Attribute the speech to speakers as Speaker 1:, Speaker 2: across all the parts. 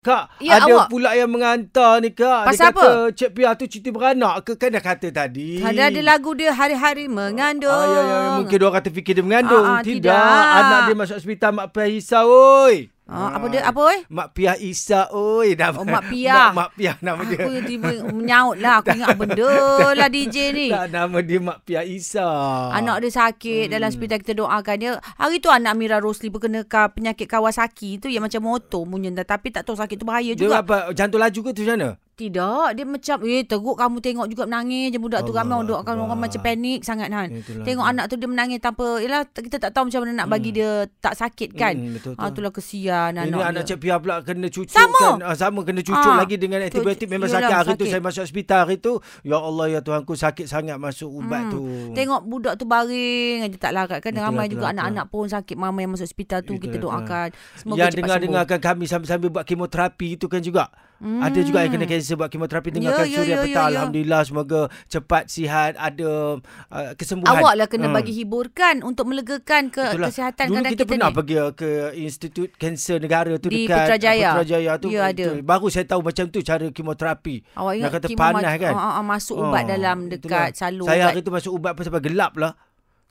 Speaker 1: Kak,
Speaker 2: Ya,
Speaker 1: ada
Speaker 2: awak.
Speaker 1: pula yang menghantar ni kak. dia
Speaker 2: Pasal
Speaker 1: kata, Cik Pia tu cuti beranak ke? Kan dah kata tadi.
Speaker 2: Ada ada lagu dia hari-hari mengandung.
Speaker 1: Ah, ya, ya, mungkin dia orang kata fikir dia mengandung.
Speaker 2: Ah, ah,
Speaker 1: tidak.
Speaker 2: tidak.
Speaker 1: Anak dia masuk hospital Mak Pia Isa oi.
Speaker 2: Ah, apa dia apa oi?
Speaker 1: Mak Pia Isa oi. Nama,
Speaker 2: Oh, Mak Pia.
Speaker 1: Mak, Mak Pia nama dia.
Speaker 2: Aku tiba menyaut lah. Aku ingat benda lah DJ ni.
Speaker 1: Tak, nama dia Mak Pia Isa.
Speaker 2: Anak dia sakit hmm. dalam hospital kita doakan dia. Hari tu anak Mira Rosli berkena ka- penyakit Kawasaki tu yang macam motor punya dah. Tapi tak tahu sakit tu bahaya
Speaker 1: dia
Speaker 2: juga. Dia,
Speaker 1: apa? Jantung laju ke tu macam mana?
Speaker 2: Tidak, dia macam eh teruk kamu tengok juga menangis je budak tu
Speaker 1: Allah
Speaker 2: ramai orang doakan
Speaker 1: Akbar.
Speaker 2: orang macam panik sangat kan.
Speaker 1: Itulah.
Speaker 2: Tengok anak tu dia menangis tanpa yalah kita tak tahu macam mana nak bagi dia tak sakit kan.
Speaker 1: Hmm, betul,
Speaker 2: Ah
Speaker 1: betul.
Speaker 2: itulah kesian anak.
Speaker 1: Ini
Speaker 2: dia.
Speaker 1: anak Cik Pia pula kena cucuk
Speaker 2: Sama.
Speaker 1: kan. Ah, sama kena cucuk
Speaker 2: Ah,
Speaker 1: lagi dengan
Speaker 2: cucuk.
Speaker 1: antibiotik memang
Speaker 2: Yelah,
Speaker 1: sakit. Hari tu
Speaker 2: sakit.
Speaker 1: saya masuk hospital hari tu. Ya Allah ya Tuhanku sakit sangat masuk
Speaker 2: Hmm.
Speaker 1: ubat tu.
Speaker 2: Tengok budak tu baring aja tak larat kan
Speaker 1: Hmm. Itulah, itulah,
Speaker 2: ramai juga
Speaker 1: itulah.
Speaker 2: anak-anak pun sakit mama yang masuk hospital tu
Speaker 1: Itulah,
Speaker 2: kita
Speaker 1: itulah.
Speaker 2: doakan semoga
Speaker 1: yang
Speaker 2: cepat
Speaker 1: dengar-dengarkan kami sambil-sambil buat kemoterapi itu kan juga. Hmm. Ada juga yang kena kanser buat kemoterapi dengarkan
Speaker 2: Ya, ya,
Speaker 1: suria
Speaker 2: ya,
Speaker 1: petang.
Speaker 2: ya, ya.
Speaker 1: Alhamdulillah semoga cepat sihat ada uh, kesembuhan.
Speaker 2: awak lah kena bagi hiburkan untuk melegakan ke
Speaker 1: Itulah.
Speaker 2: kesihatan
Speaker 1: Dulu
Speaker 2: kadang
Speaker 1: kita, pernah
Speaker 2: ni.
Speaker 1: pergi uh, ke Institut Kanser Negara tu
Speaker 2: Di
Speaker 1: dekat uh,
Speaker 2: Putrajaya.
Speaker 1: Putrajaya tu.
Speaker 2: Ya, ada.
Speaker 1: Itu. Baru saya tahu macam tu cara kemoterapi.
Speaker 2: Awak
Speaker 1: Nak
Speaker 2: ingat
Speaker 1: kata
Speaker 2: kimo
Speaker 1: panas
Speaker 2: ma-
Speaker 1: kan.
Speaker 2: ah, ah, masuk ubat
Speaker 1: Ah,
Speaker 2: dalam dekat
Speaker 1: itulah.
Speaker 2: salur
Speaker 1: Saya
Speaker 2: ubat.
Speaker 1: hari tu masuk ubat pun sampai gelap lah.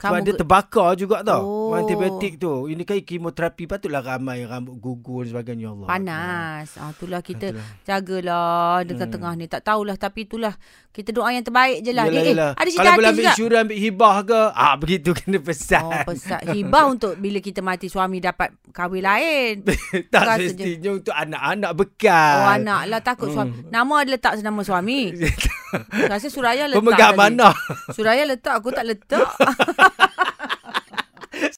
Speaker 1: Sebab
Speaker 2: Kamu
Speaker 1: dia
Speaker 2: ge-
Speaker 1: terbakar juga tau.
Speaker 2: Oh.
Speaker 1: Antibiotik tu. Ini kan kemoterapi patutlah ramai rambut gugur dan sebagainya ya Allah.
Speaker 2: Panas. Ah, itulah kita
Speaker 1: Itulah. Hmm.
Speaker 2: jagalah dekat tengah ni. Tak tahulah tapi itulah kita doa yang terbaik je lah.
Speaker 1: Yelah,
Speaker 2: Dia,
Speaker 1: yelah.
Speaker 2: eh, ada cerita
Speaker 1: Kalau boleh
Speaker 2: hati
Speaker 1: ambil
Speaker 2: juga.
Speaker 1: insurans, ambil hibah ke? Ah, begitu kena pesan.
Speaker 2: Oh, pesat. Hibah untuk bila kita mati suami dapat kahwin lain.
Speaker 1: tak
Speaker 2: Rasa je.
Speaker 1: semestinya untuk anak-anak bekal.
Speaker 2: Oh, anak lah takut suami. Nama ada letak senama suami. Rasa Suraya letak.
Speaker 1: Pemegang
Speaker 2: tadi.
Speaker 1: mana?
Speaker 2: Suraya letak, aku tak letak.